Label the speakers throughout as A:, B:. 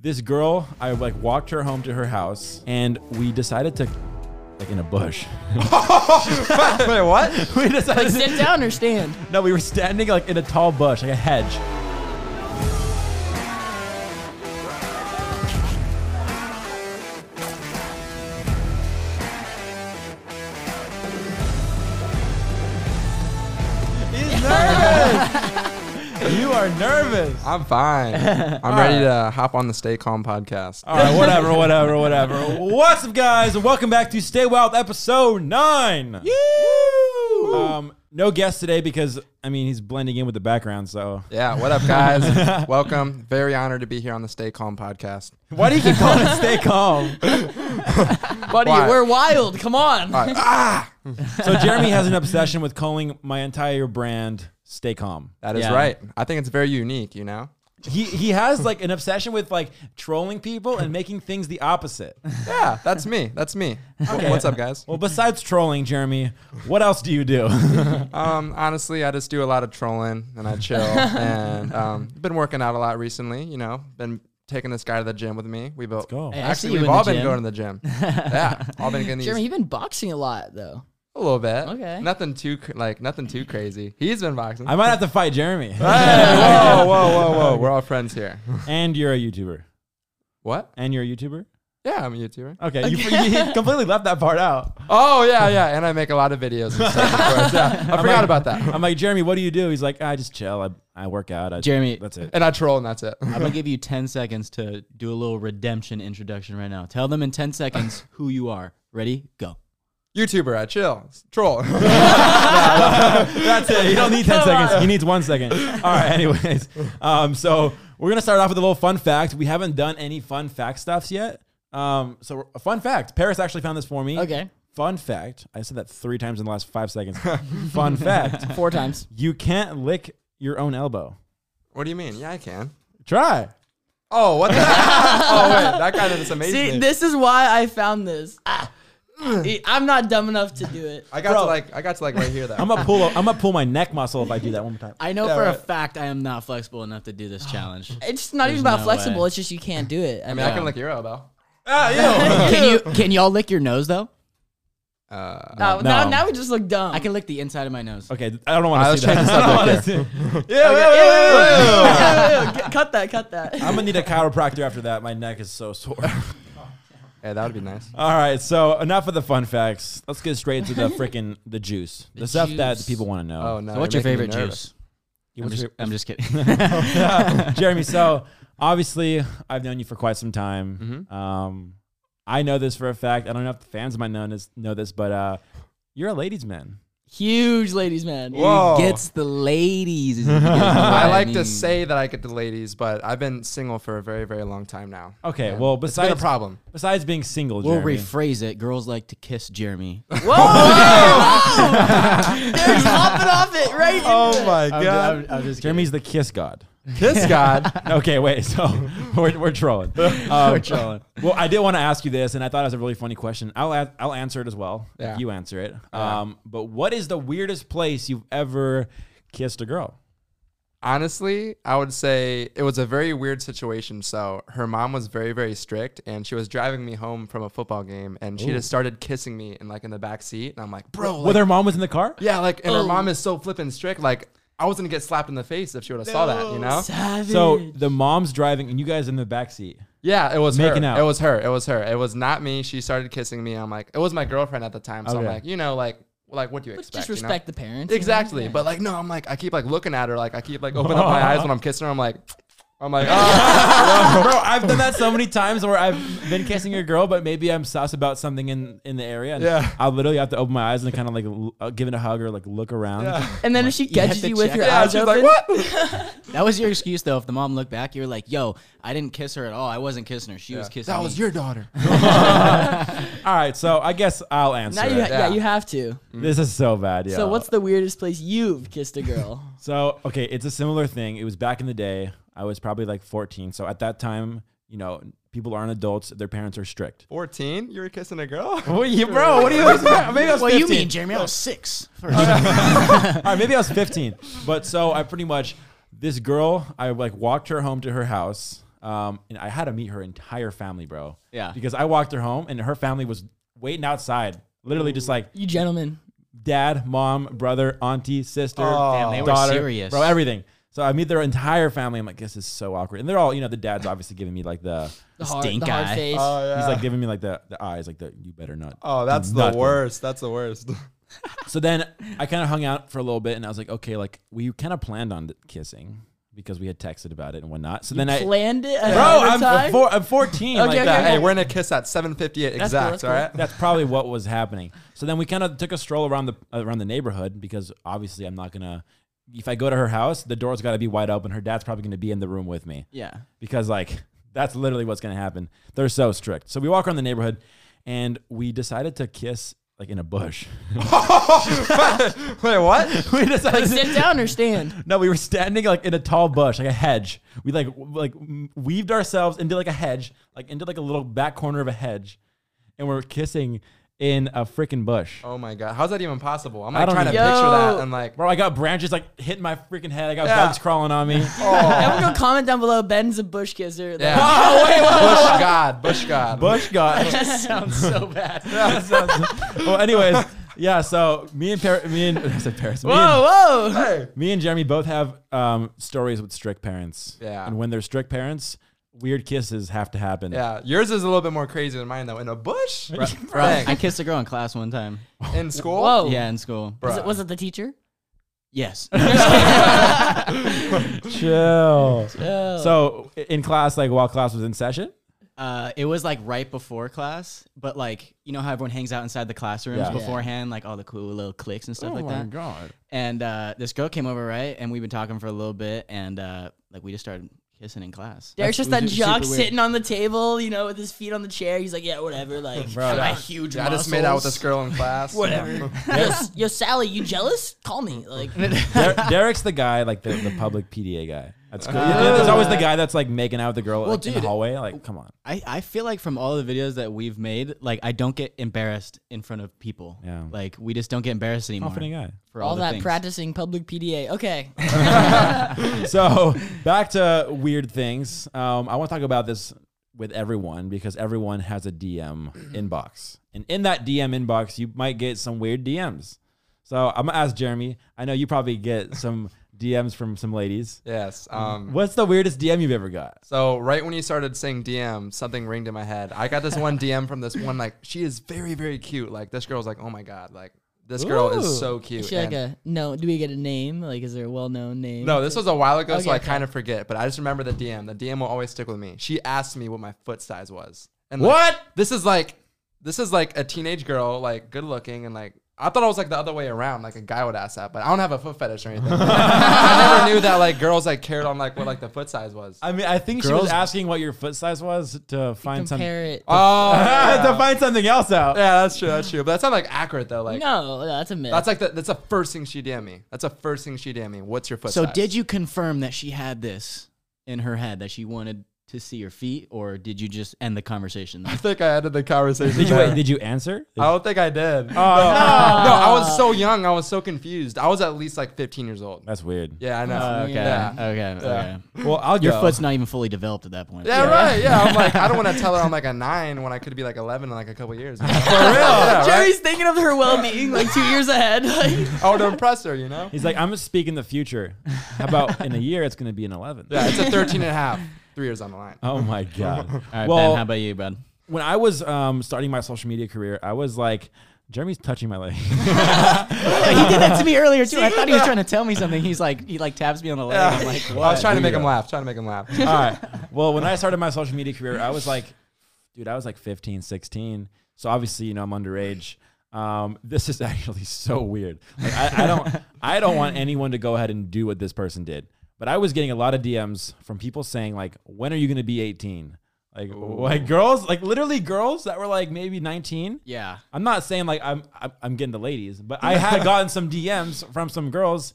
A: this girl, I like walked her home to her house, and we decided to, like in a bush.
B: Wait, what?
A: we decided. to-
C: Sit down or stand.
A: no, we were standing like in a tall bush, like a hedge.
B: He's nervous.
A: You are nervous.
B: I'm fine. I'm ready to hop on the Stay Calm podcast.
A: All right, whatever, whatever, whatever. What's up, guys? And welcome back to Stay Wild, episode nine. Um, no guest today because I mean he's blending in with the background. So
B: Yeah, what up, guys? Welcome. Very honored to be here on the Stay Calm podcast.
A: why do you keep calling it Stay Calm?
C: Buddy,
B: Why?
C: we're wild. Come on.
B: All right. Ah,
A: So Jeremy has an obsession with calling my entire brand Stay Calm.
B: that is
C: Yeah.
B: right. I think it's very unique. You know?
A: He he has like an obsession with like trolling people and making things the opposite.
B: Yeah, that's me. That's me. Wh-
A: Okay.
B: What's up, guys?
A: Well, besides trolling, Jeremy, what else do you do?
B: Um, honestly, I just do a lot of trolling and I chill and um, been working out a lot recently. You know, been taking this guy to the gym with me. We both
A: go. Hey,
C: I
B: actually
C: see you
B: we've
C: in the
B: all been
C: gym.
B: going to the gym. yeah, all been getting these
C: Jeremy, you've been boxing a lot though.
B: a little bit.
C: Okay.
B: nothing too cr- like nothing too crazy. He's been boxing.
A: I might have to fight Jeremy.
B: hey, whoa, whoa, whoa, whoa! We're all friends here.
A: and you're a YouTuber.
B: What?
A: And you're a YouTuber.
B: Yeah, I'm a YouTuber.
A: Okay, you, you completely left that part out.
B: Oh yeah, yeah, and I make a lot of videos. And stuff, of course. Yeah, I forgot
A: like-
B: about that.
A: I'm like Jeremy, what do you do? He's like, I just chill. I, I work out. I,
D: Jeremy-
A: that's it.
B: And I troll, and that's it.
D: I'm gonna give you 10 seconds to do a little redemption introduction right now. Tell them in 10 seconds who you are. Ready? Go.
B: YouTuber, I chill, troll.
A: That's it. You don't need 10
C: Come
A: seconds.
C: on.
A: He needs one second. All right. Anyways, um, so we're going to start off with a little fun fact. We haven't done any fun fact stuffs yet. Um, so, a fun fact Paris actually found this for me.
C: Okay.
A: Fun fact I said that three times in the last five seconds. fun fact
C: Four times.
A: you can't lick your own elbow.
B: what do you mean? Yeah, I can.
A: Try.
B: Oh, what the? oh, wait, that kind of is amazing.
C: See, this is why I found this. Ah. I'm not dumb enough to do it.
B: I got
A: Bro.
B: to like, I got to like right here though.
A: I'm going to pull I'm gonna pull my neck muscle if I do that one more time.
D: I know
B: Yeah,
D: for a
B: right.
D: fact I am not flexible enough to do this challenge.
C: It's just not
D: There's
C: even about
D: no
C: flexible.
D: way.
C: It's just you can't do it. I
B: I
C: mean,
B: mean, I can lick your elbow.
D: can you can y'all lick your nose though?
B: Uh,
C: now,
A: No.
C: now, now we just look dumb.
D: I can lick the inside of my nose.
A: Okay. I don't
B: All
A: want
B: right,
A: to
B: let's
A: see
B: change
A: that.
B: the
A: I don't wanna
B: subject
A: see-
B: yeah,
C: cut that. Cut that.
A: I'm going to need a chiropractor after that. My neck is so sore.
B: Hey, that would be nice.
A: All right, so enough of the fun facts. Let's get straight to the freaking the juice, the, stuff that
C: juice.
A: people want to know.
B: Oh no.
D: So what's
B: you're
D: your
B: making me
D: favorite
B: nervous.
D: juice? I'm
A: What's
D: just,
A: your-
D: I'm just kidding.
A: Jeremy, so obviously I've known you for quite some time. Um, I know this for a fact. I don't know if the fans might know this, know this but uh, you're a ladies' man.
C: Huge ladies, man.
B: Whoa.
D: Gets the ladies. is- you know what
B: I like to
D: mean?
B: say that I get the ladies, but I've been single for a very, very long time now.
A: Okay, well
B: It's been a
A: besides
B: problem.
A: besides being single,
D: We'll
A: Jeremy,
D: rephrase it. Girls like to kiss Jeremy.
C: Derek's hopping off it right. into
B: my
A: Jeremy's the kiss god.
B: Kiss God.
A: okay, wait. So we're, we're trolling. Um, we're trolling. Well, I did want to ask you this, and I thought it was a really funny question. I'll a- I'll answer it as well. if
B: Yeah.
A: you answer it. Um, but what is the weirdest place you've ever kissed a girl?
B: Honestly, I would say it was a very weird situation. So her mom was very, very strict, and she was driving me home from a football game, and she just started kissing me in like in the back seat, and I'm like, bro,
A: well,
B: like,
A: their mom was in the car.
B: yeah, like, and her mom is so flipping strict, like. I was gonna get slapped in the face if she would have saw that, you know?
C: Savage.
A: So the mom's driving, and you guys in the back seat.
B: Yeah, it was
A: Making
B: her.
A: out.
B: It was her. It was her. It was not me. She started kissing me. I'm like, it was my girlfriend at the time. So I'm
A: Okay.
B: like, you know, like, like what do you
C: But
B: expect?
C: just respect the
B: You
C: parents.
B: know?
C: you know?
B: Exactly. But like, no, I'm like, I keep like looking at her. Like, I keep like opening up my eyes when I'm kissing her. I'm like, I'm like, ah.
A: Bro, I've done that so many times where I've been kissing a girl, but maybe I'm sus about something in, in the area. And
B: Yeah.
A: I literally have to open my eyes and kind of like l- uh, give it a hug or like look around.
C: And then if she
D: have
C: catches
D: to
C: you, with
D: check.
C: your
B: yeah.
C: eyes
B: She's
C: open,
B: like, what?
D: That was your excuse though. If the mom looked back, you were like, "Yo, I didn't kiss her at all. I wasn't kissing her. She was kissing
B: That
D: me."
B: was your daughter.
A: All right, so I guess I'll answer.
C: Now you,
A: it.
C: ha- yeah,
B: Yeah.
C: you have to.
A: this is so bad. Yeah.
C: So what's the weirdest place you've kissed a girl?
A: So, okay, it's a similar thing. It was back in the day. I was probably like 14. So at that time, you know, people aren't adults. Their parents are strict.
B: 14? You were kissing a girl?
A: Well, you, bro, what do you expect? Maybe I was
D: Well,
A: 15.
D: you mean Jeremy? I was six.
A: All right, maybe I was 15. But so I pretty much, this girl, I like walked her home to her house. Um, and I had to meet her entire family, bro.
D: Yeah.
A: Because I walked her home and her family was waiting outside, literally just like
C: You gentlemen.
A: dad, mom, brother, auntie, sister,
B: Damn,
D: they were
A: daughter,
D: serious.
A: bro, everything. So I meet their entire family. I'm like, this is so awkward. And they're all, you know, the dad's obviously giving me like the,
C: The hard,
D: Stink
C: the hard
D: eye.
C: face.
B: Oh, yeah.
A: he's like giving me like the, the eyes, like the, you better not.
B: oh, that's the
A: nothing.
B: worst. That's the worst.
A: So then I kind of hung out for a little bit and I was like, okay, like we kind of planned on kissing because we had texted about it and whatnot. So then I,
C: planned it. ahead
A: bro,
C: of
A: I'm,
C: time?
A: four, I'm 14.
C: Okay,
A: like
C: okay,
A: that.
C: okay.
B: hey, we're gonna kiss at 7:58
C: That's cool,
B: exact.
C: that's cool.
B: All right.
A: That's probably what was happening. So then we kind of took a stroll around the around the neighborhood because obviously I'm not gonna. If I go to her house, the door's got to be wide open. Her dad's probably gonna be in the room with me
D: Yeah.
A: because like that's literally what's gonna happen. They're so strict. So we walk around the neighborhood, and we decided to kiss like in a bush.
B: Wait, what?
A: we decided.
C: Like sit down or stand.
A: no, we were standing like in a tall bush, like a hedge. We like w- like m- weaved ourselves into like a hedge, like into like a little back corner of a hedge, and we're kissing in a freaking bush.
B: Oh my god, how's that even possible? I'm
A: I
B: like
A: don't
B: trying to
A: even-
B: picture that
C: Yo.
B: and like,
A: Bro, I got branches like hitting my freaking head. I got
B: Yeah.
A: bugs crawling on me.
C: Everyone go comment down below. Ben's a bush kisser.
B: yeah.
C: Like,
B: Bush God, Bush God.
A: Bush got.
D: That sounds so bad.
A: well, anyways, yeah. So me and Par- me and I said Paris. Me and,
C: Whoa, whoa.
B: Hey.
A: me and Jeremy both have um, stories with strict parents.
B: Yeah.
A: And when they're strict parents, weird kisses have to happen.
B: Yeah, yours is a little bit more crazy than mine though. In a bush,
D: Bro, I
B: Dang.
D: kissed a girl in class one time.
B: in school.
C: Whoa.
D: Yeah, in school.
C: Was it,
B: Bruh.
C: was it the teacher?
D: Yes.
A: Chill.
C: Oh.
A: So in class, like while class was in session,
D: Uh, it was like right before class, but like you know how everyone hangs out inside the classrooms
A: Yeah. Yeah.
D: beforehand, like all the cool little cliques and stuff like that.
A: god.
D: And uh, this girl came over, right? And we've been talking for a little bit, and uh, like we just started kissing in class.
C: Derek's just
D: That's- it
C: that
D: was super
C: jock
D: weird.
C: sitting on the table, you know, with his feet on the chair. He's like, yeah, whatever. Like,
A: Bro,
C: my
A: yeah.
C: huge
B: Yeah, I just made out with this girl in class.
C: Whatever. yo, yo, Sally, you jealous? Call me. Like,
A: Derek's the guy, like the, the public PDA guy. That's cool. There's always the guy that's like making out with the girl like, in
D: dude,
A: the hallway. Like, come on.
D: I, I feel like from all the videos that we've made, like I don't get embarrassed in front of people.
A: Yeah.
D: Like we just don't get embarrassed anymore.
A: Confident guy.
D: For all,
C: all
D: the
C: that
D: things.
C: practicing public PDA. Okay.
A: so back to weird things. Um, I want to talk about this with everyone because everyone has a DM inbox, and in that DM inbox, you might get some weird DMs. So I'm gonna ask Jeremy. I know you probably get some DMs from some ladies.
B: Yes. Um,
A: What's the weirdest DM you've ever got?
B: So right when you started saying DM, something ringed in my head. I got this one DM from this one like she is very very cute. Like this girl's like oh my god like this girl
A: Ooh.
B: is so cute.
C: Is she like
B: And-
C: a no? Do we get a name? Like, is there a well-known name?
B: no, this was a while ago,
C: Okay,
B: so I
C: okay.
B: kind of forget. But I just remember the DM. The DM will always stick with me. She asked me what my foot size was. And like,
A: What?
B: This is like this is like a teenage girl, like good looking and like. I thought I was like the other way around, like a guy would ask that, but I don't have a foot fetish or anything. I never knew that like girls like cared on like what like the foot size was.
A: I mean, I think she was
D: Girls-
A: asking what your foot size was to find some
C: compare it.
B: Oh,
A: to find something else out.
B: Yeah, that's true. That's true. But that's not like accurate though. Like
C: no, no, that's a myth.
B: that's like the, that's the first thing she DM me. That's the first thing she DM me. What's your foot
D: So
B: size?
D: did you confirm that she had this in her head that she wanted to see your feet, or did you just end the conversation?
B: I
D: there?
B: think I ended the conversation.
A: Did you
B: there.
A: wait, did you answer?
D: Uh,
B: I don't think I did. no,
A: oh,
B: I was so young. I was so confused. I was at least like 15 years old.
A: that's weird.
B: Yeah, I know.
D: okay.
B: Yeah.
D: Okay. Okay.
A: Well, I'll
D: Your
A: go.
D: foot's not even fully developed at that point.
B: Yeah, right. Yeah, I'm like, I don't want to tell her I'm like a nine when I could be like 11 in like a couple years. you know?
C: Jerry's thinking of her well-being like two years ahead. Like,
B: I would impress her, you know?
A: He's like, I'm gonna speak in the future. How about in a year? It's gonna be an 11.
B: Yeah, it's a 13 and a half. Three years on the line.
A: Oh my god.
D: All right,
A: well,
D: ben, how about you, bud?
A: when I was um, starting my social media career, I was like, Jeremy's touching my leg.
D: he did that to me earlier too. I thought he was trying to tell me something. He's like, he like taps me on the leg. I'm like,
B: I was trying
A: There
B: to
A: you
B: make him
A: go.
B: laugh. Trying to make him laugh.
A: All right. Well, when I started my social media career, I was like, dude, I was like 15, 16. So obviously, you know, I'm underage. Um, this is actually so weird. Like, I, I don't, I don't want anyone to go ahead and do what this person did. But I was getting a lot of DMs from people saying like, when are you going to be 18? Like, like girls, like literally girls that were like maybe 19.
D: yeah.
A: I'm not saying like I'm I'm, I'm getting the ladies, but I had gotten some DMs from some girls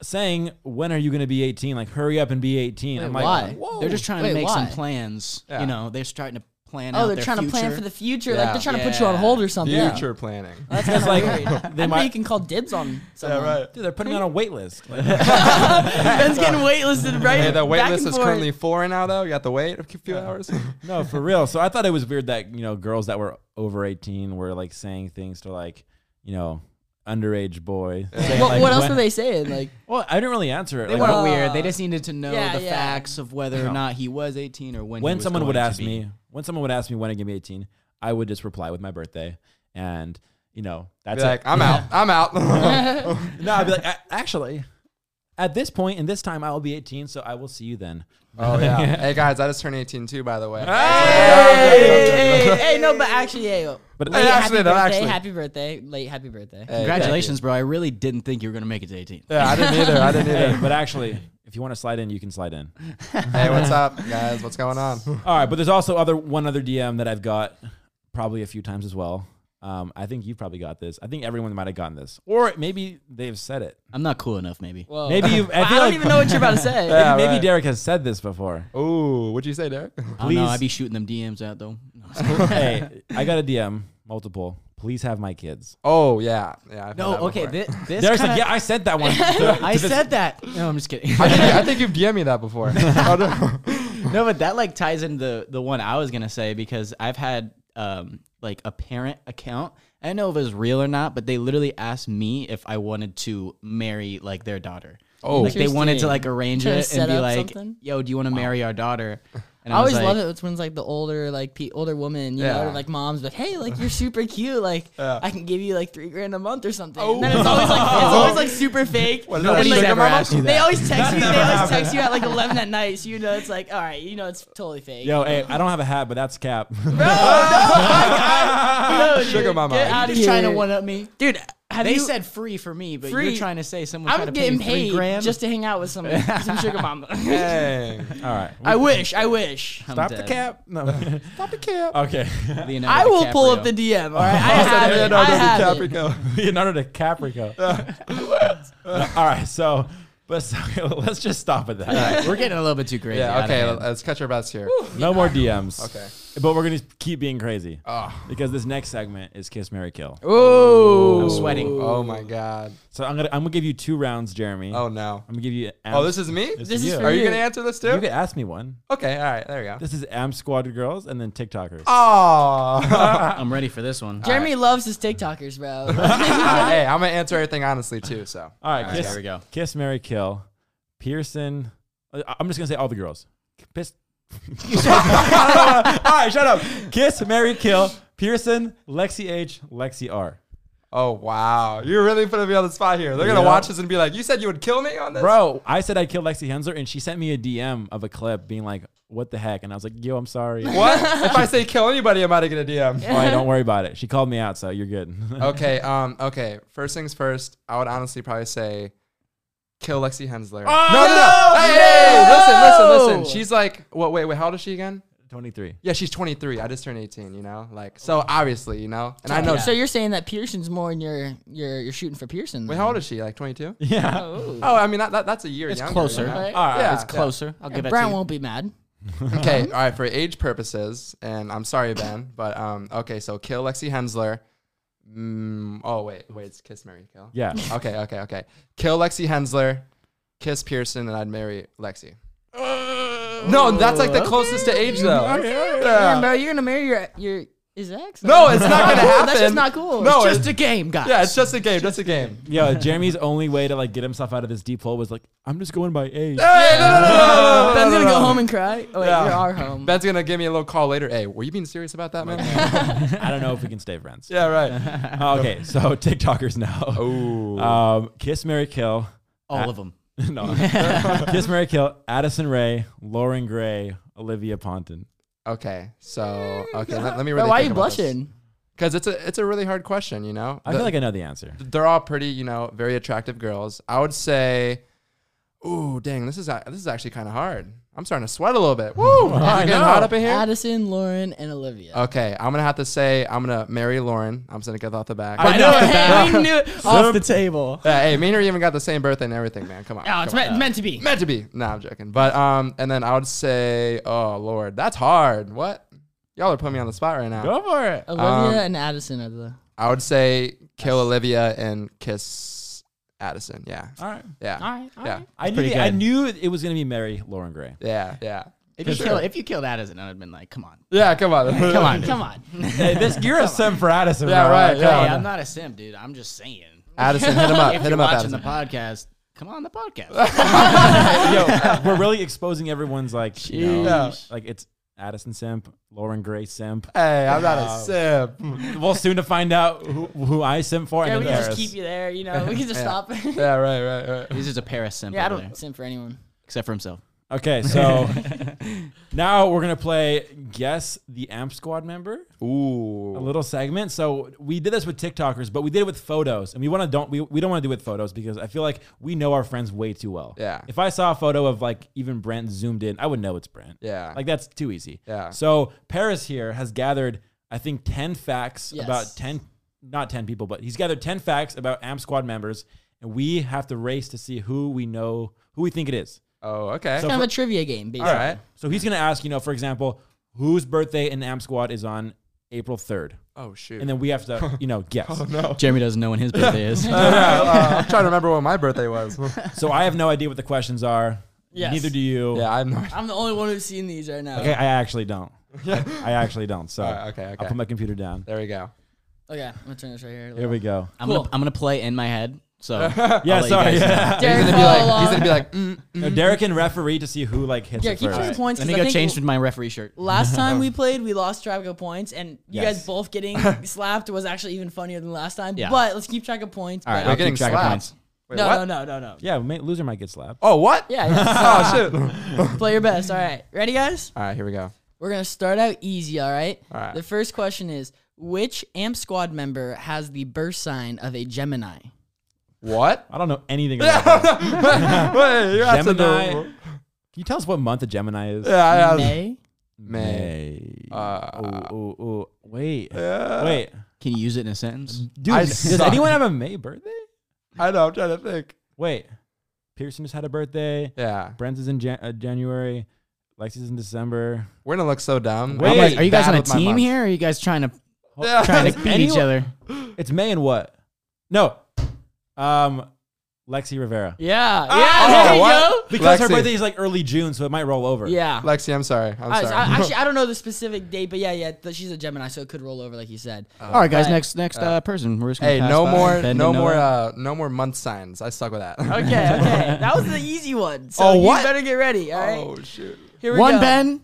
A: saying, "When are you going to be 18? Like, hurry up and be 18." I'm like,
C: why?
A: "Whoa."
D: They're just trying to
C: Wait,
D: make some
C: why?
D: plans.
B: Yeah.
D: You know, they're starting to plan out
C: Oh, they're
D: their
C: trying to plan
D: future.
C: for the future.
B: Yeah.
C: Like they're trying to put you on
D: Yeah.
C: hold or something.
B: Future planning.
C: That's kind of
A: like,
C: weird.
A: they
C: They
A: might-
C: might you can call dibs on. Someone.
A: Dude, they're putting me on a wait list. Like,
C: Ben's getting waitlisted right.
B: Hey, the wait
C: back
B: list
C: and
B: is
C: forth.
B: currently four now, though. You got to wait a few hours.
A: no, for real. So I thought it was weird that you know girls that were over eighteen were like saying things to like you know underage boy. saying,
C: What,
A: like,
C: what else
A: when-
C: were they saying? Like,
A: Well, I didn't really answer it.
D: They
A: Like,
D: weren't
C: Uh,
D: weird. They just needed to know
C: yeah,
D: the
C: yeah.
D: facts of whether
A: No.
D: or not he was 18 or when. he
A: when
D: was
A: someone would
D: going to
A: ask
D: be.
A: me, when someone would ask me when I gave me eighteen, I would just reply with my birthday, and you know
B: Be
A: that's
B: like,
A: it.
B: I'm out. I'm out.
A: no, I'd be like, "A- actually, at this point and this time, I will be eighteen, so I will see you then.
B: oh yeah. Hey guys, I just turned 18 too, by the way.
C: hey, hey, hey, hey, no, but actually, hey, late
A: But
B: Hey,
C: happy
B: actually, no,
C: birthday,
B: actually.
C: happy birthday, late happy birthday.
B: Hey,
D: Congratulations, bro. I really didn't think you were going to make it to 18.
B: thank you. Yeah, I didn't either. I didn't
A: Hey,
B: either.
A: but actually, if you want to slide in, you can slide in.
B: hey, what's up, guys? What's going on?
A: All right, but there's also other one other DM that I've got probably a few times as well. Um, I think you probably got this. I think everyone might have gotten this, or maybe they've said it.
D: I'm not cool enough, maybe.
C: Whoa.
A: Maybe you've.
C: Oh. I,
A: I, feel
C: don't
A: like-
C: even know what you're about to say.
B: Yeah,
A: Maybe
B: right.
A: Derek has said this before.
B: Ooh, what'd you say, Derek?
D: I don't know.
A: Please.
D: I'd be shooting them DMs out, though. No,
A: hey, I got a DM, multiple. Please have my kids.
B: Oh yeah, yeah. I've
D: No,
B: had that
D: okay.
B: before.
D: This, this
A: Derek's
D: kinda-
A: like, yeah, I sent that one.
D: I said that. No, I'm just kidding.
B: I think, I think you've DM'd me that before. Oh, no.
D: no, but that like ties into the the one I was gonna say because I've had um like a parent account. I don't know if it was real or not, but they literally asked me if I wanted to marry like their daughter.
B: Oh.
D: like they wanted to
C: Interesting.
D: like arrange
C: Trying to
D: it
C: set
D: and be
C: up
D: like,
C: something?
D: "Yo, do you want to marry our daughter?" And
C: I always
D: was like,
C: love it when it's like the older, like pe- older woman, you
B: Yeah.
C: know, like moms, like, hey, like you're super cute, like I can give you like three grand a month or something.
B: Oh.
C: And then it's always like it's always like super fake.
B: What is that, a
D: Nobody's
B: sugar
D: ever
B: mama?
D: asked you
C: They
D: that.
C: always text you. They always text you at like eleven at night, so you know it's like, all right, you know it's totally fake.
A: Yo, hey, I don't have a hat, but that's cap.
C: no, dude,
B: Sugar mama.
C: get out
D: You're
C: of
D: just trying to
C: here.
D: one up me.
C: dude. Have
D: they
C: you,
D: said free for me, but you're
C: Free.
D: trying to say someone.
C: I'm getting paid
D: grand?
C: just to hang out with some some sugar mama.
B: Dang.
A: All right.
C: I wish. I wish.
D: I'm
A: Stop the
D: dead.
A: cap. No.
B: Stop the cap.
A: okay.
D: Leonardo
C: I will pull up
D: DiCaprio.
C: the DM. All right, I have it. I have it.
A: Leonardo DiCaprio. All right, so let's let's just stop at that.
D: We're getting a little bit too crazy.
B: Yeah,
D: out of
B: okay,
D: hand.
B: let's catch our breaths here.
A: No more DMs.
B: Okay.
A: But we're gonna keep being crazy
B: Oh,
A: because this next segment is kiss, Mary kill.
C: Ooh.
D: I'm sweating.
B: oh my god.
A: So I'm gonna I'm gonna give you two rounds, Jeremy.
B: Oh no.
A: I'm gonna give you. Am-
B: Oh, this is me?
C: This is
A: you.
C: for
B: Are you
C: you.
B: gonna answer this
A: You
B: too?
A: could ask me one.
B: Okay, all right, there we go.
A: This is Am Squad girls and then TikTokers.
B: Ah. Oh,
D: I'm ready for this one.
C: Jeremy loves his TikTokers, bro.
B: hey, I'm gonna answer everything honestly too. So,
A: All right,
D: There
A: kiss,
D: we go.
A: kiss, Mary kill. Pearson. I- I'm just gonna say all the girls. Piss. all right, shut up. Kiss, Mary kill. Pearson, Lexi H, Lexi R.
B: oh wow, you're really putting me on the spot here. They're gonna
A: Yeah.
B: watch this and be like, "You said you would kill me on this,
A: Bro, I said I killed Lexi Hensler, and she sent me a DM of a clip being like, "What the heck?" And I was like, "Yo, I'm sorry."
B: What? if I say kill anybody, I'm about to get a DM.
A: All right, don't worry about it. She called me out, so you're good.
B: okay, um, okay. First things first, I would honestly probably say kill Lexi Hensler. no,
A: no!
B: Hey, hey,
C: No!
B: listen, listen, listen. She's like, what? Wait, wait. How old is she again?
A: 23.
B: Yeah, she's 23. I just turned 18. You know, like so obviously, you know. And I know.
C: So you're saying that Pearson's more in your you're you're shooting for Pearson.
B: Wait, how old is she? Like 22?
A: Yeah.
C: Oh.
B: Oh, I mean that, that that's a year.
D: It's
B: younger,
D: closer.
B: you know?
C: Right.
A: All right.
B: Yeah.
D: It's closer. I'll give it to
C: Brian
D: you.
C: won't be mad.
B: Okay,
C: Uh-huh.
B: all right, for age purposes, and I'm sorry, Ben, but um, okay, so kill Lexi Hensler. Mm, oh wait, wait, it's kiss Mary kill.
A: Yeah.
B: Okay, okay, okay. Kill Lexi Hensler, kiss Pearson, and I'd marry Lexi.
C: Uh,
B: no, that's like the closest to age though.
C: Damn,
B: Yeah.
C: bro, you're gonna marry your your his ex. Oh,
B: No, it's not gonna happen.
C: That's just not cool.
B: No,
D: Just
B: it's,
D: a game, guys.
B: yeah, it's just a game. Just a game.
A: Yo, Jeremy's only way to like get himself out of this deep hole was like, I'm just going by age.
B: Hey, no, no, no, no, no, no,
C: Ben's
B: no,
C: gonna
B: no.
C: go home and cry. Oh wait,
B: Yeah.
C: you're our home.
B: Ben's gonna give me a little call later. Hey, were you being serious about that, man?
A: I don't know if we can stay friends.
B: yeah, right.
A: Oh, Okay, so TikTokers now.
B: Ooh.
A: Um, Kiss Mary Kill.
D: All of them.
A: no. Kiss Mary Kill, Addison Ray, Lauren Gray, Olivia Ponton.
B: Okay, so okay, let, let me
C: Bro,
B: really.
C: why are you blushing?
B: Because it's a it's a really hard question, you know.
A: I
B: The-
A: feel like I know the answer.
B: they're all pretty, you know, very attractive girls. I would say, ooh, dang, this is a- this is actually kind of hard. I'm starting to sweat a little bit. Woo, Is it
A: I
B: getting
A: know.
B: hot up in here. Uh,
C: Addison, Lauren, and Olivia.
B: Okay, I'm gonna have to say I'm gonna marry Lauren. I'm just gonna get off the back.
A: I know.
C: Hey, we knew it.
D: Off the table.
B: Yeah, hey, me and her even got the same birthday and everything, man. Come on.
C: Oh, it's
B: come on.
C: meant, meant to be.
B: Meant to be. Nah, I'm joking. But um, and then I would say, oh Lord, that's hard. What? Y'all are putting me on the spot right now.
A: Go for it.
B: um,
C: Olivia and Addison are the.
B: I would say kill Olivia and kiss Addison. Yeah.
A: All right.
B: Yeah.
C: right.
B: yeah.
A: I knew,
D: pretty
A: I
D: good.
A: knew it was gonna be Mary Lauren Gray.
B: Yeah. Yeah.
D: If you
B: Sure.
D: kill, if you killed Addison, I would have been like, come on,
B: Yeah. Come on.
D: come on,
C: Come on.
A: Hey, this you're a sim for Addison.
B: Yeah,
A: bro.
B: right,
A: Come
B: yeah.
A: on.
D: Hey, I'm not a simp, dude. I'm just saying.
B: Addison, hit him up.
D: if
B: hit
D: you're
B: him up,
D: watching
B: Addison.
D: the podcast, come on the podcast.
A: Yo, we're really exposing everyone's like, you know,
B: Sheesh.
A: like it's Addison simp, Lauren Gray simp.
B: hey, I'm not a sip.
A: Well, soon to find out who, who I simp for.
C: Yeah,
A: and
C: we
A: then
C: can just
A: Paris.
C: keep you there. You know, we can just
B: Yeah.
C: stop. yeah,
B: Yeah. Right. Right. Right.
D: He's just a Paris simp.
C: I
D: over
C: don't
D: there,
C: simp for anyone.
D: except for himself.
A: Okay, so now we're gonna play guess the Amp Squad member. a
B: Ooh.
A: little segment. So we did this with TikTokers, but we did it with photos, and we want to don't we, we don't want to do it with photos because I feel like we know our friends way too well.
B: Yeah.
A: If I saw a photo of like even Brent zoomed in, I would know it's Brent.
B: Yeah.
A: Like that's too easy.
B: Yeah.
A: So Paris here has gathered I think ten facts
C: Yes.
A: about ten not ten people, but he's gathered ten facts about Amp Squad members, and we have to race to see who we know who we think it is.
B: Oh. Okay.
A: So-
C: Kind of a trivia game, basically.
B: All right.
A: So he's gonna ask, you know, for example, whose birthday in Amp Squad is on April third,
B: Oh shoot.
A: and then we have to, you know, guess.
B: Oh,
D: Jeremy doesn't know when his birthday is.
B: Uh, yeah, uh, I'm trying to remember what my birthday was.
A: So I have no idea what the questions are.
C: Yes.
A: Neither do you.
B: yeah, I'm not.
C: I'm the only one who's seen these right now.
A: Okay, I actually don't. I actually don't. So
B: All right, okay, okay.
A: I'll put my computer down.
B: There we go.
C: Okay, I'm gonna turn this right here.
A: Here we go.
D: I'm
C: Cool.
D: gonna I'm gonna play in my head. So
A: Yeah,
D: let you
A: sorry.
D: guys
A: Yeah.
C: Derek,
B: He's gonna be
C: follow
B: like, he's
C: along.
B: gonna be like, mm, mm.
A: No, Derek can referee to see who like hits
C: Yeah,
A: it
C: keep
A: first.
C: track of points.
D: let me
C: 'cause I
D: go
C: think
D: change my referee shirt.
C: Last time we played, we lost track of points, and you
A: Yes.
C: guys both getting slapped was actually even funnier than last time.
D: Yeah.
C: But let's keep track of points.
D: All right,
C: but-
D: I'll
B: We're getting
D: keep track of
B: slapped.
D: points.
B: Wait,
C: no,
B: what?
C: no, no, no, no.
A: Yeah, ma- loser might get slapped.
B: Oh, what?
C: Yeah, yeah.
B: Oh shit. All
C: play your best. All right, ready, guys?
B: right, here we go.
C: We're gonna start out easy. All right.
B: All right.
C: The first question is: Which Amp Squad member has the birth sign of a Gemini?
B: What?
A: I don't know anything about that.
B: Wait, you have to
A: Gemini.
B: know.
A: Can you tell us what month a Gemini is?
B: Yeah, yeah.
C: May.
B: May. Uh,
A: oh, oh, oh. Wait.
B: yeah.
A: Wait.
D: Can you use it in a sentence?
A: Dude,
B: I
A: does
B: suck.
A: anyone have a May birthday?
B: I know. I'm trying to think.
A: Wait. Pearson just had a birthday.
B: Yeah,
A: Brent is in Jan- uh, January. Lexi's in December.
B: we're gonna look so dumb.
A: Wait,
D: Are you guys- are you guys
B: Bad
D: on a
B: with my
D: team
B: months.
D: here? Or are you guys trying to
B: Yeah.
D: trying to beat each
A: anyone-
D: other?
A: It's May and what? No. Um, Lexi Rivera.
C: Yeah. Yeah.
B: Oh,
C: there you
B: what?
A: Because her
B: Lexi.
A: birthday is like early June, so it might roll over.
C: go. Yeah.
B: Lexi, I'm sorry. I'm
C: All right, so
B: sorry.
C: I- actually, I don't know the specific date, but yeah, yeah, th- she's a Gemini, so it could roll over, like you said.
D: All right, guys.
C: Right.
D: Next next uh, person. We're just gonna
B: hey,
D: pass
B: no
D: by,
B: more,
D: bend
B: no
D: and
B: more,
D: over.
B: uh, no more month signs. I stuck with that.
C: Okay, okay, that was the easy one. So
B: Oh,
C: you
B: what?
C: better get ready. All right,
B: Oh shoot.
C: here we
D: One
C: go.
D: Ben,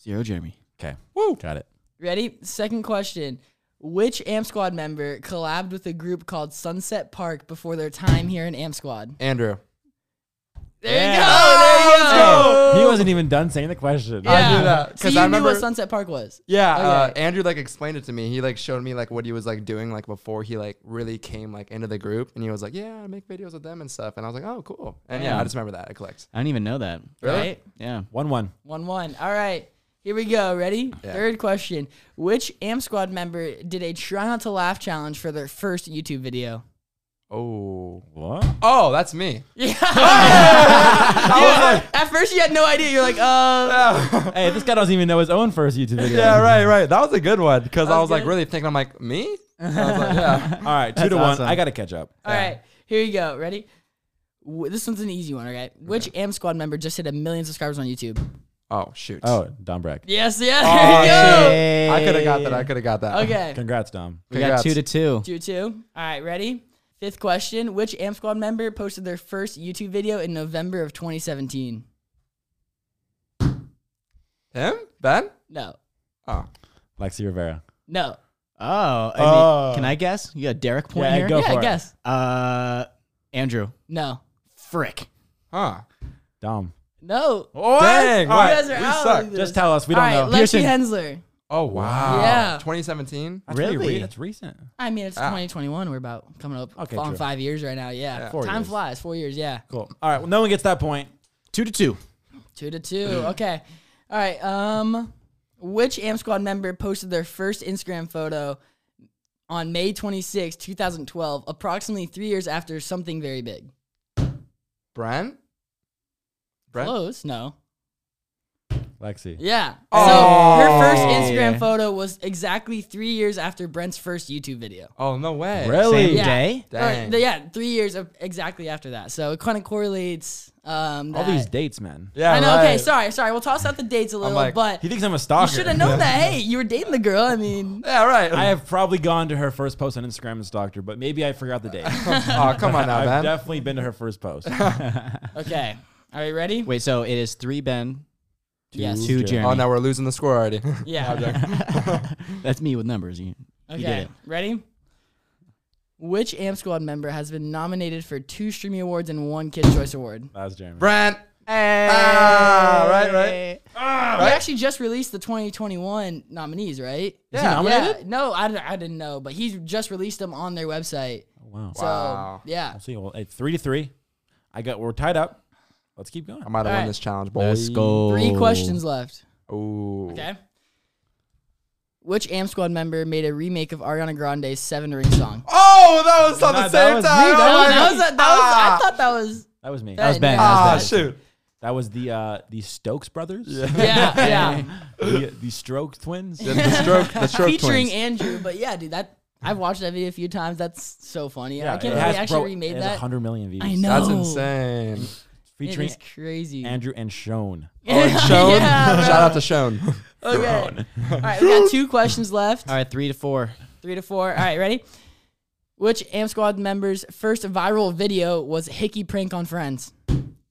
D: zero Jeremy.
A: Okay.
B: Woo.
A: Got it.
C: Ready? Second question. Which Amp Squad member collabed with a group called Sunset Park before their time here in Amp Squad?
B: Andrew.
C: There you
B: Oh,
C: go. There you go.
A: He wasn't even done saying the question.
B: I knew that,
C: So
B: 'cause
C: you
B: I
C: knew what
B: remember-
C: Sunset Park was.
B: Yeah, uh,
C: Okay.
B: Andrew like explained it to me. He like showed me like what he was like doing like before he like really came like into the group, and he was like, "Yeah, I make videos with them and stuff." And I was like, "Oh, cool." And yeah,
D: Yeah.
B: I just remember that. I collect.
D: I don't even know that.
B: Really?
C: Right?
D: Yeah.
A: One one.
C: One one. All right. Here we go. Ready?
B: Yeah.
C: Third question. Which Amp Squad member did a try not to laugh challenge for their first YouTube video?
B: Oh,
A: What?
B: oh, that's me.
C: Yeah. At first, you had no idea. You're like, uh,
B: yeah,
A: hey, this guy doesn't even know his own first YouTube video.
B: right, right. That was a good one because I was like
C: good.
B: really thinking. I'm like, me? I was like, yeah.
A: All right, two
D: That's
A: to
D: awesome.
A: one. I gotta catch up.
C: all right. Here you go. Ready? Wh- This one's an easy one. Okay. Which Amp Squad member just hit a million subscribers on YouTube?
B: Oh shoot.
A: Oh, Dom Breck.
C: Yes. Yes.
B: Oh,
C: there you go.
B: shit. I could have got that. I could have got that.
C: Okay.
A: Congrats, Dom.
D: We
B: Congrats.
D: got two to two.
C: Two two. All right. Ready? Fifth question. Which Amp Squad member posted their first YouTube video in November of 2017?
B: Him? Ben?
C: No.
B: Oh.
A: Lexi Rivera.
C: No.
D: Oh, I mean,
A: Oh.
D: can I guess? You got a Derek point
A: Yeah,
D: here.
A: go.
C: yeah,
A: for
C: I
A: it.
C: guess.
D: Uh, Andrew,
C: No.
D: frick.
B: Huh.
A: Dom.
C: No.
B: What? Dang.
A: All
C: you
A: right,
C: guys are
B: we
C: out.
B: suck.
C: Like this.
A: Just tell us. We
C: All
A: don't
C: right,
A: know.
C: Lexi
D: Pearson.
C: Hensler.
B: Oh wow.
C: Yeah.
B: 2017.
A: That's really?
D: Really?
A: re- That's recent.
C: I mean, it's
B: Ah.
C: 2021. We're about coming up
A: Okay,
C: on
A: true.
C: five years right now. Yeah,
A: Four
C: time
A: years.
C: flies. Four years. Yeah,
A: Cool. All right. Well, no one gets that point.
D: Two to two.
C: two to two.
A: Mm.
C: okay, all right. Um, which Am Squad member posted their first Instagram photo on May 26, 2012, approximately three years after something very big?
B: Brent? Brent?
C: Close. No.
A: Lexi.
C: Yeah. So
B: Oh.
A: Oh.
C: her first Instagram was exactly three years after Brent's first YouTube video.
B: Oh no way.
A: Really?
D: Same
A: Yeah.
D: day?
C: Or,
B: Dang.
C: yeah, three years of exactly after that. So it kind of correlates. Um,
A: All
C: that-
A: these dates, man.
B: Yeah.
C: I know. Okay,
B: right.
C: sorry, sorry. We'll toss out the dates a little,
B: like,
C: but
A: He thinks I'm a
C: you
A: stalker.
C: should have known that. Hey, you were dating the girl. I mean,
B: Yeah. Right.
A: I have probably gone to her first post on Instagram and stalked her, but maybe I forgot the date.
B: oh come on now,
A: I've
B: man.
A: definitely been to her first post.
C: okay. Are you ready?
D: Wait, so it is three Ben,
C: yes.
D: two
A: Jeremy.
D: Jeremy.
B: oh, now we're losing the score already.
C: Yeah.
D: That's me with numbers. You, you did
C: Okay,
D: it.
C: ready? Which Amp Squad member has been nominated for two Streamy Awards and one Kids Choice Award?
A: That was Jeremy.
B: Brent. Ah, right, right.
C: We actually just released the 2021 nominees, right?
A: Is he nominated?
C: Yeah, no, I, don't- I didn't know, but he's just released them on their website.
A: Oh, wow.
C: So,
B: Wow.
C: yeah.
A: We'll see. Well, it's three to three. I got. We're tied up. Let's keep going.
B: I might have
C: All
B: won
C: right.
B: this challenge, boy.
D: Let's go.
C: Three questions left.
B: Ooh.
C: Okay. Which Amp Squad member made a remake of Ariana Grande's Seven Ring song?
B: Oh, that was on
A: Nah,
B: the
A: that
B: same
A: was me.
B: time.
A: That
B: Oh
C: That was,
B: my God.
C: that was, that was,
B: ah.
C: I thought that was.
A: That was me.
C: That was Ben.
B: Ah,
C: That was
B: shoot.
A: That was the uh, the Stokes brothers.
C: Yeah, yeah.
A: the, the Stroke twins.
B: The, the stroke, the stroke
C: featuring
B: twins.
C: Andrew. But yeah, dude, that I've watched that video a few times. That's so funny. I can't
A: it
C: believe
A: has-
C: they actually
A: bro,
C: remade
A: It has
C: that.
A: 100 million views.
C: I know.
B: That's
C: No.
B: insane.
C: It
A: Featuring
C: is crazy.
A: Andrew and Shone.
B: Oh, and Shone.
C: Yeah, bro.
B: Shout out to Shone.
C: okay. All right, we got two questions left.
D: All right, three to four.
C: Three to four. All right, ready? Which Am Squad member's first viral video was Hickey prank on friends?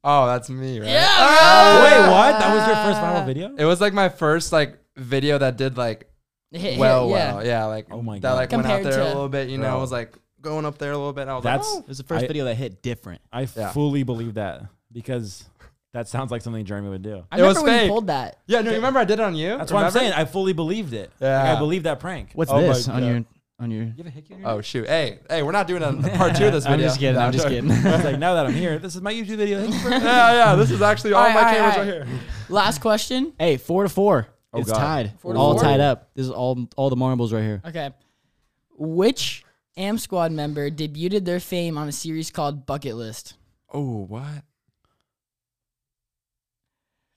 B: Oh, that's me, right?
C: Yeah, Ah.
A: Wait, what? That was your first viral video?
B: It was like my first like video that did like
C: Hit- hit-
B: well,
C: yeah.
B: well, yeah, like
A: Oh my
B: that
A: God.
B: like went
C: Compared
B: out there a
C: to-
B: little bit, you know,
A: Bro.
B: it was like going up there a little bit. And I was
A: That's-
B: like, "Oh."
D: It was the first
A: I-
D: video that hit different.
A: I
B: Yeah.
A: fully believe that because that sounds like something Jeremy would do.
C: I
B: It was
C: remember when you
B: fake.
C: pulled that.
B: oh. yeah, no, you remember I did it on you?
A: That's what I'm
B: remember?
A: saying. I fully believed it. Like,
B: Yeah.
A: I believe that prank.
D: What's
B: Oh my
D: this on
B: God.
D: your on your?
B: Oh shoot! Hey, hey, we're not doing a, a part two of this video.
D: I'm just kidding.
B: No,
D: I'm just
B: joking.
D: kidding.
A: It's like now that I'm here, this is my YouTube video. Thank you for-
B: yeah, yeah, this is actually all
C: Alright,
B: my
C: alright,
B: cameras right,
C: alright.
B: here.
C: Last question.
D: hey, four to four.
B: Oh,
D: it's
B: God.
D: tied.
C: Four to
D: all
C: four?
D: tied up. This is all all the marbles right here.
C: Okay. Which Am Squad member debuted their fame on a series called Bucket List?
B: Oh what?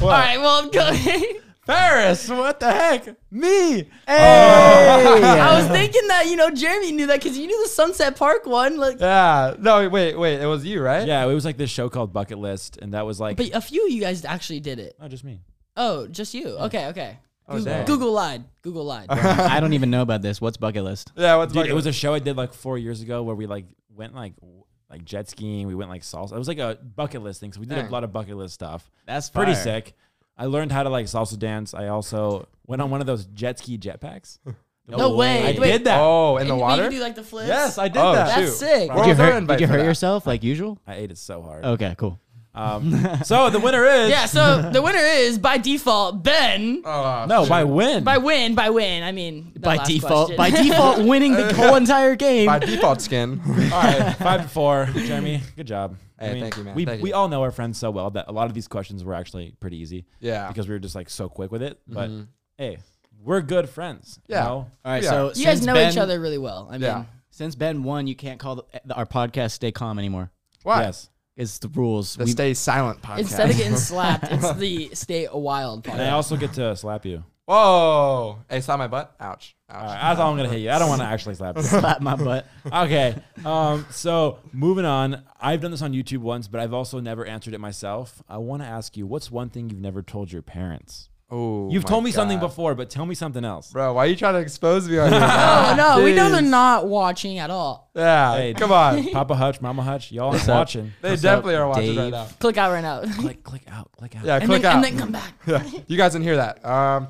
C: All right, well, I'm going.
A: Ferris, what the heck? Me.
C: I was thinking that you know Jeremy knew that because you knew the Sunset Park one. Like,
B: Yeah. No, wait, wait. It was you, right?
A: Yeah, it was like this show called Bucket List, and that was like,
C: but a few of you guys actually did it.
A: oh, just me.
C: Oh, just you? Okay, okay.
B: Oh,
C: Google,
B: dang.
C: Google lied. Google lied.
D: I don't even know about this. What's bucket list?
B: Yeah. What's
A: Dude,
B: my-
A: it was a show I did like four years ago where we like went like w- like jet skiing. We went like salsa. It was like a bucket list thing. So we did
B: Dang.
A: a lot of bucket list stuff.
D: That's
A: Pretty
D: fire.
A: sick. I learned how to like salsa dance. I also went on one of those jet ski jetpacks.
C: No way.
A: I
C: Wait,
A: did that.
B: Oh, in
C: and
B: the
C: you- but
B: water.
C: You do like the flips.
A: Yes, I did
B: Oh,
A: that.
C: That's
B: shoot.
C: sick.
B: Wow.
D: Did
B: Where
D: you
B: was our
D: hurt,
B: invite
D: did you
B: for
D: hurt
B: that?
D: yourself like usual?
A: I ate it so hard.
B: Oh.
D: Okay, cool.
A: Um, so the winner is
C: Yeah. So the winner is by default Ben.
B: Oh,
A: no by win.
C: By win, by win. I mean the
D: By
C: last
D: default,
C: question.
D: by default, winning the whole entire game.
B: by default skin.
A: all right, five to four. Jeremy, good job.
B: Hey, thank you, man.
A: We
B: Thank you.
A: we all know our friends so well that a lot of these questions were actually pretty easy.
B: Yeah. Mm-hmm.
A: because we were just like so quick with it. But hey, we're good friends. you
B: Yeah.
A: know?
D: all right,
B: Yeah.
D: so
C: you guys
D: since
C: know
D: Ben-
C: each other really well. I mean,
B: Yeah.
D: Since Ben won, you can't call the, the- our podcast "Stay Calm" anymore.
B: Why?
A: Yes.
D: It's the rules.
B: The
D: We-
B: Stay Silent podcast.
C: instead of getting slapped, it's the stay wild part.
A: And I also get to slap you.
B: Whoa! Hey, slap my butt. Ouch.
A: All right,
B: Ouch.
A: that's all I'm gonna hit you. I don't want to actually slap you.
D: slap my butt.
A: Okay. Um, so moving on, I've done this on YouTube once, but I've also never answered it myself. I want to ask you, what's one thing you've never told your parents?
B: Oh.
A: You've
B: my
A: told me something
B: God.
A: before, but tell me something else.
B: Bro, why are you trying to expose me on here?
C: Oh no, we know
B: Jeez.
C: they're not watching at all.
B: Yeah,
A: Hey,
B: come on.
A: Papa Hutch, Mama Hutch, y'all are watching.
B: They
D: What's
B: definitely
D: up,
B: are watching right
D: Dave?
B: now.
C: Click out right now.
A: click, click out, click out.
B: Yeah,
C: and,
B: click
C: then,
B: out.
C: and then come back.
B: Yeah, you guys didn't hear that. Um,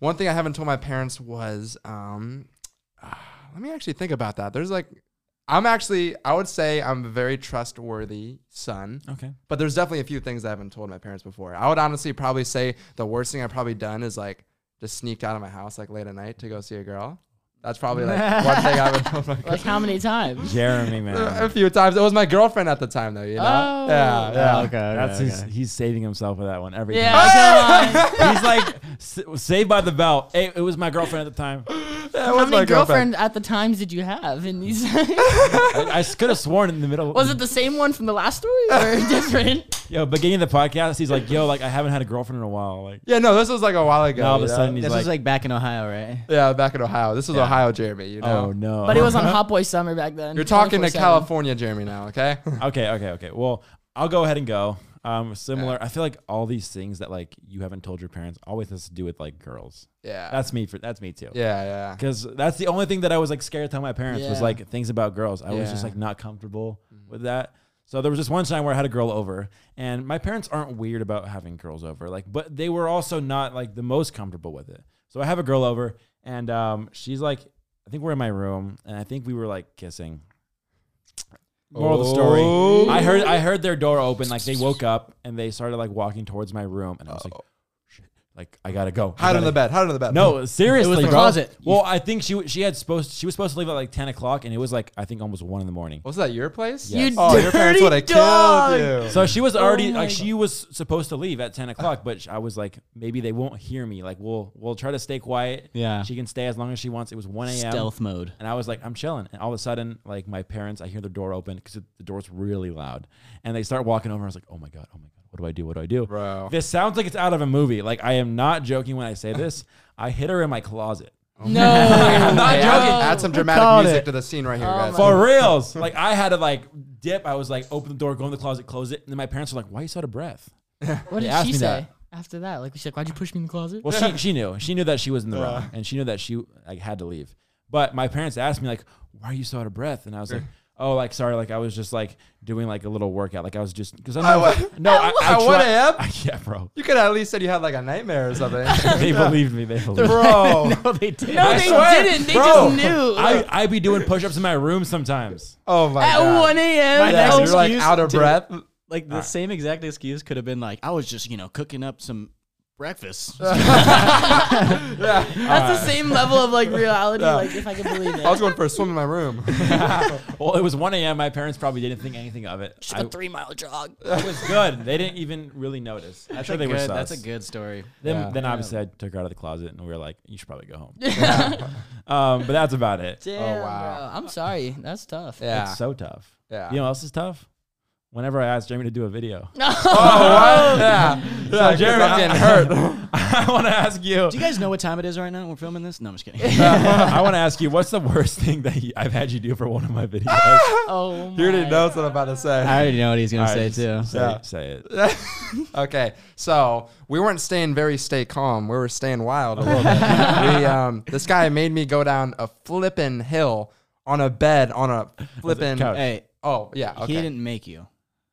B: one thing I haven't told my parents was, um, ah, let me actually think about that. There's like, I'm actually, I would say I'm a very trustworthy son,
A: Okay.
B: but there's definitely a few things I haven't told my parents before. I would honestly probably say the worst thing I've probably done is like just sneaked out of my house like late at night to go see a girl. That's probably like one thing I haven't told my
C: Like how many times?
A: Jeremy,
B: a
A: man.
B: few times. It was my girlfriend at the time though, you know?
C: Oh.
B: Yeah, yeah.
D: okay,
A: That's his, he's saving himself with that one every time.
C: Yeah, come on.
A: He's like s- saved by the bell. Hey, it was my girlfriend at the time.
B: That
C: How
B: was
C: many
B: my girlfriend.
C: girlfriend at the times did you have in these?
A: I, I could have sworn in the middle.
C: was it the same one from the last story or different?
A: Yo, beginning of the podcast, he's like, "Yo, like I haven't had a girlfriend in a while." Like,
B: Yeah, no, this was like a while ago.
A: all of
B: you
A: a
B: know?
A: sudden he's
D: this
A: like,
D: was like back in Ohio, right?
B: yeah, back in Ohio. This was
A: Yeah.
B: Ohio, Jeremy. You know,
A: "Oh no!"
C: But it was on Hot Boy Summer back then.
B: you're talking to
C: 24/7.
B: California, Jeremy. Now, okay?
A: okay, okay, okay. Well, I'll go ahead and go. Um, similar. I feel like all these things that like you haven't told your parents always has to do with like girls.
B: yeah,
A: That's me for that's me too.
B: yeah, yeah.
A: Because that's the only thing that I was like scared to tell my parents was
C: Yeah.
A: like things about girls. I was just
B: Yeah.
A: like not comfortable with that. So there was just one time where I had a girl over, and my parents aren't weird about having girls over, like, but they were also not like the most comfortable with it. So I have a girl over, and um, she's like, I think we're in my room, and I think we were like kissing. Moral of the story.
B: Oh.
A: I heard I heard their door open, like they woke up and they started like walking towards my room, and I was like, shit, like I gotta go. I
B: Hide
A: gotta
B: under the bed. Hide under the bed.
A: no, seriously,
D: the
A: bro.
D: closet.
A: Well, I think she she had supposed she was supposed to leave at like ten o'clock, and it was like I think almost one in the morning.
B: was that your place?
A: Yeah. Yes.
C: You
B: Oh,
C: dirty
B: your parents would have
C: dog.
B: killed you.
A: So she
D: Oh
A: was already
C: my
A: like she was supposed to leave at ten o'clock, but sh- I was like, maybe they won't hear me. Like we'll we'll try to stay quiet.
D: Yeah.
A: she can stay as long as she wants. It was one a.m.
D: Stealth mode.
A: And I was like, I'm chilling. And all of a sudden, like my parents, I hear the door open because the door's really loud, and they start walking over. I was like, oh my god, oh my god, what do I do? What do I do?
B: Bro.
A: this sounds like it's out of a movie. Like I am not joking when I say this. I hit her in my closet.
C: No,
B: I'm not
C: no.
B: joking. Add some dramatic
A: called
B: music
A: it.
B: to the scene right here,
C: Oh
B: guys.
C: my
A: For reals. Like I had to like dip. I was like, open the door, go in the closet, close it. And then my parents were like, why are you so out of breath?
C: What
A: They
C: did
A: asked
C: she
A: me
C: say
A: that.
C: after that? Like, she's like, "Why'd you push me in the closet?"
A: Well, she, she knew. She knew that she was in the wrong. And she knew that she like, had to leave. But my parents asked me like, why are you so out of breath? And I was like, oh, like, sorry. Like I was just like doing like a little workout. Like I was just, because I'm
B: I
A: not,
B: wa-
A: no, I, I
B: At 1
A: tried-
B: a.m.?
A: yeah, bro.
B: You could have at least said you had like a nightmare or something.
A: They believed me. They believed me.
B: Bro.
D: No, they did.
C: no,
A: I
C: they
A: swear,
C: didn't. They
A: bro,
C: just knew.
A: I, I be doing push-ups in my room sometimes.
B: Oh my
C: At
B: god.
C: 1 a.m.
D: My
B: Yeah,
D: next
B: you're like
D: excuse
B: out of
D: to-
B: breath.
D: Like the same exact excuse could have been like, I was just, you know, cooking up some breakfast.
C: That's the same level of like reality. Like, if I can believe it.
B: I was going for a swim in my room.
A: Well, it was 1 a.m. My parents probably didn't think anything of it.
C: Just
A: I-
C: a three mile jog.
B: Oh,
A: It was good. They didn't even really notice. I'm
D: That's
A: sure
D: a
A: they
D: good.
A: were sus.
D: That's a good story.
A: Then,
B: Yeah.
A: then obviously I took her out of the closet and we were like, you should probably go home. um, but that's about it.
C: Damn,
B: wow.
C: bro. I'm sorry. That's tough.
B: Yeah.
A: It's so tough.
B: Yeah.
A: You know what else is tough? Whenever I asked Jeremy to do a video.
B: oh, what? Yeah. yeah Jeremy, I'm getting hurt.
A: I want to ask you.
D: Do you guys know what time it is right now? We're filming this. No, I'm just kidding.
A: I want to ask you, what's the worst thing that you, I've had you do for one of my videos?
C: Oh,
B: He already
C: my-
B: knows what I'm about to say.
D: I already know what he's gonna
A: All right,
D: say
A: just
D: too.
A: Say,
B: Yeah.
A: say it.
B: okay, so we weren't staying very stay calm. We were staying wild a little bit. we, um, this guy made me go down a flippin' hill on a bed on a flippin'
A: couch.
D: Hey,
B: Oh yeah, okay.
D: he didn't make you.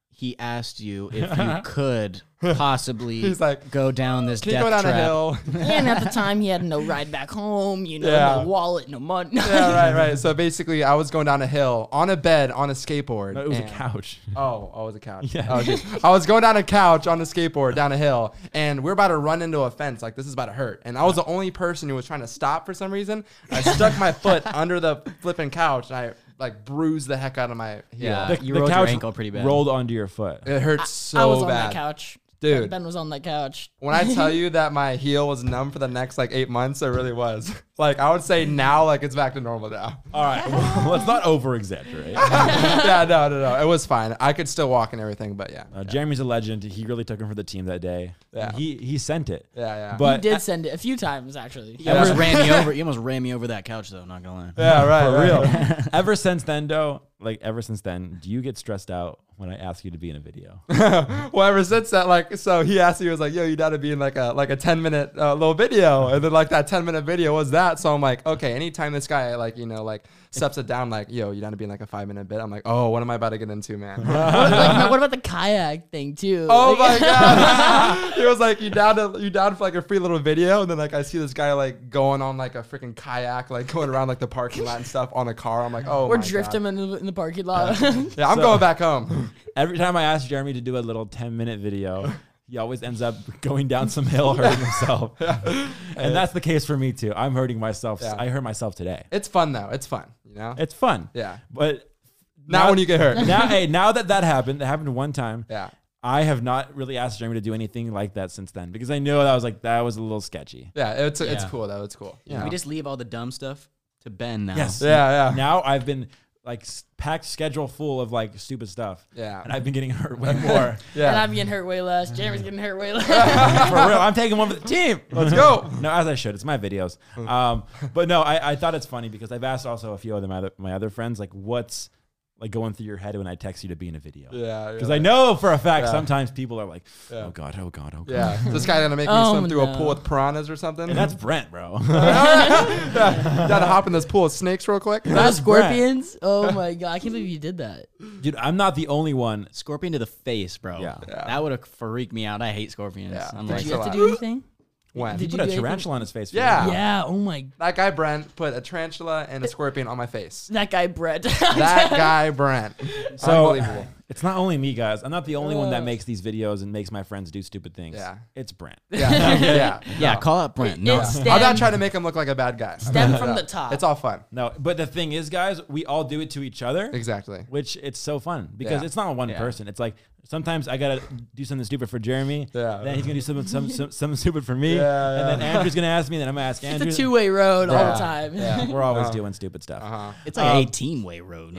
D: He asked you if you could possibly
B: He's like,
D: go down this
B: Can you
D: death
B: go down
D: trap.
B: a hill?
C: And at the time, he had no ride back home. You know,
B: Yeah.
C: no wallet, no money.
B: yeah, right, right. So basically, I was going down a hill on a bed on a skateboard.
A: No, it was a
B: and-
A: couch.
D: Uh,
B: Oh, oh, it was a couch.
A: Yeah.
B: Oh, geez. I was going down a couch on a skateboard down a hill, and we're about to run into a fence. Like, this is about to hurt. And I was the only person who was trying to stop for some reason. I stuck my foot under the flipping couch, and I, like, bruised the heck out of my heel.
D: Yeah.
A: The,
D: You
A: the
D: rolled your
A: couch
D: ankle pretty bad.
A: rolled onto your foot.
B: It hurt so
C: I was on
B: bad.
C: that couch.
B: Dude.
C: Ben was on that couch.
B: When I tell you that my heel was numb for the next, like, eight months, it really was. Like, I would say now, like, it's back to normal now.
A: All right. Well, let's not over exaggerate.
B: yeah, no, no, no. It was fine. I could still walk and everything, but yeah.
A: Uh, Jeremy's a legend. He really took him for the team that day.
B: Yeah.
A: He he sent it.
B: Yeah, yeah.
A: But
C: He did send it a few times, actually.
D: You almost ran me over. You almost ran me over that couch though. Not gonna lie.
B: yeah, right.
A: for
B: right, right.
A: real, ever since then though, like ever since then, do you get stressed out when I ask you to be in a video?
B: Well, ever since that, like, so he asked me, he was like, "Yo, you gotta be in like a like a ten minute uh, little video," and then like that ten minute video was that. So I'm like, okay, anytime this guy like you know like steps it down, like, "Yo, you gotta be in like a five minute bit," I'm like, "Oh, what am I about to get into, man?"
C: What, like, no, what about the kayak thing too?
B: oh
C: Like-
B: my god! he was like, "You down to you down for like a free little video?" And then like I see this guy like going on like a freaking kayak, like going around like the parking lot and stuff on a car. I'm like, "Oh,
C: We're
B: my God."
C: drifting in the, in the parking lot.
B: Yeah, I'm
A: So-
B: going back home.
A: Every time I ask Jeremy to do a little ten minute video, he always ends up going down some hill hurting himself. And that's the case for me too. I'm hurting myself.
B: Yeah.
A: I hurt myself today.
B: It's fun though. It's fun. You know.
A: It's fun.
B: yeah.
A: But
B: Not when you get hurt.
A: now, hey, now that that happened, that happened one time.
B: yeah.
A: I have not really asked Jeremy to do anything like that since then because I know that I was like that was a little sketchy.
B: Yeah, it's it's
D: Yeah.
B: cool though. It's cool. Yeah.
D: We just leave all the dumb stuff to Ben now.
A: Yes.
B: Yeah, yeah.
A: Now I've been like s- packed schedule full of like stupid stuff.
B: Yeah.
A: And I've been getting hurt way more.
C: And
B: Yeah.
C: I'm getting hurt way less. Jeremy's getting hurt way less.
A: For real, I'm taking one for the team.
B: Let's go.
A: No, as I should. It's my videos. Um, but no, I, I thought it's funny because I've asked also a few of my other, my other friends, like, what's like going through your head when I text you to be in a video?
B: Yeah.
A: Because I know for a fact
B: Yeah.
A: sometimes people are like,
B: Yeah.
A: oh God, oh God, oh God.
B: Yeah. Is this guy gonna make me
C: Oh,
B: swim through a
C: no.
B: pool with piranhas or something?
A: And that's Brent, bro.
B: gotta hop in this pool of snakes real quick.
C: Not
A: That's Brett.
C: scorpions. Oh my god! I can't believe you did that.
A: Dude, I'm not the only one.
D: Scorpion to the face, bro.
A: Yeah.
B: Yeah.
D: That would have freaked me out. I hate scorpions.
B: Yeah.
D: I'm
B: Did
D: like,
C: Did you
B: a
C: have to
B: lot.
C: do anything?
B: When
C: Did
A: He
C: you
A: put
C: do
A: a
C: anything?
A: tarantula on his face. for
B: Yeah.
A: you.
C: Yeah. Oh my.
B: that guy Brent put a tarantula and a scorpion on my face.
C: That guy Brett.
B: That guy Brent.
A: So
B: Unbelievable.
A: it's not only me, guys. I'm not the only one that
C: Ugh.
A: makes these videos and makes my friends do stupid things.
B: Yeah.
A: It's Brent.
B: Yeah. yeah.
D: yeah, call out Brent. No.
C: It's
B: I'm not
C: stemmed-
B: trying to make him look like a bad guy.
C: Stem
B: Yeah.
C: from the top.
B: It's all fun.
A: No, but the thing is, guys, we all do it to each other.
B: Exactly.
A: which it's so fun because
B: Yeah.
A: it's not one
B: Yeah.
A: person. It's like sometimes I gotta do something stupid for Jeremy.
B: Yeah.
A: Then he's gonna do something some, some, something stupid for me.
B: Yeah,
A: And
B: yeah.
A: then Andrew's gonna ask me. Then I'm gonna ask
C: It's
A: Andrew.
C: a two way road all
B: Yeah.
C: the time.
B: Yeah.
A: We're always
B: Uh-huh.
A: doing stupid stuff.
B: Uh-huh.
D: It's like
A: Um,
D: an 18 way road.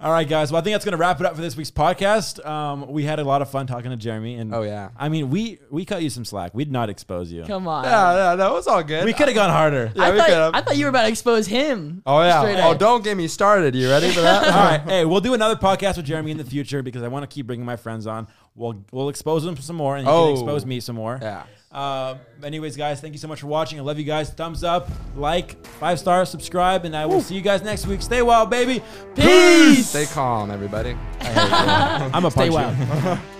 A: All right, guys. Well, I think that's gonna wrap it up for this week's podcast. Um, we had a lot of fun talking to Jeremy, and
B: Oh, yeah.
A: I mean, we we cut you some slack. We'd not expose you.
C: Come on.
B: Yeah, yeah, that was all good. Uh,
A: We could have gone harder.
B: Yeah,
C: I,
B: we
C: thought,
B: could've.
C: I thought you were about to expose him.
B: Oh
C: Straight
B: yeah. Oh,
C: A.
B: don't get me started. You ready for that?
A: All right, hey, we'll do another podcast with Jeremy in the future because I want to keep bringing my friends on. We'll we'll expose them some more, and he
B: Oh.
A: can expose me some more.
B: Yeah.
A: Um, anyways, guys, thank you so much for watching. I love you guys. Thumbs up, like, five stars, subscribe, and I will see you guys next week. Stay wild, baby. Peace.
B: Stay calm, everybody.
A: I'm a punch
D: Stay
A: you.
D: wild.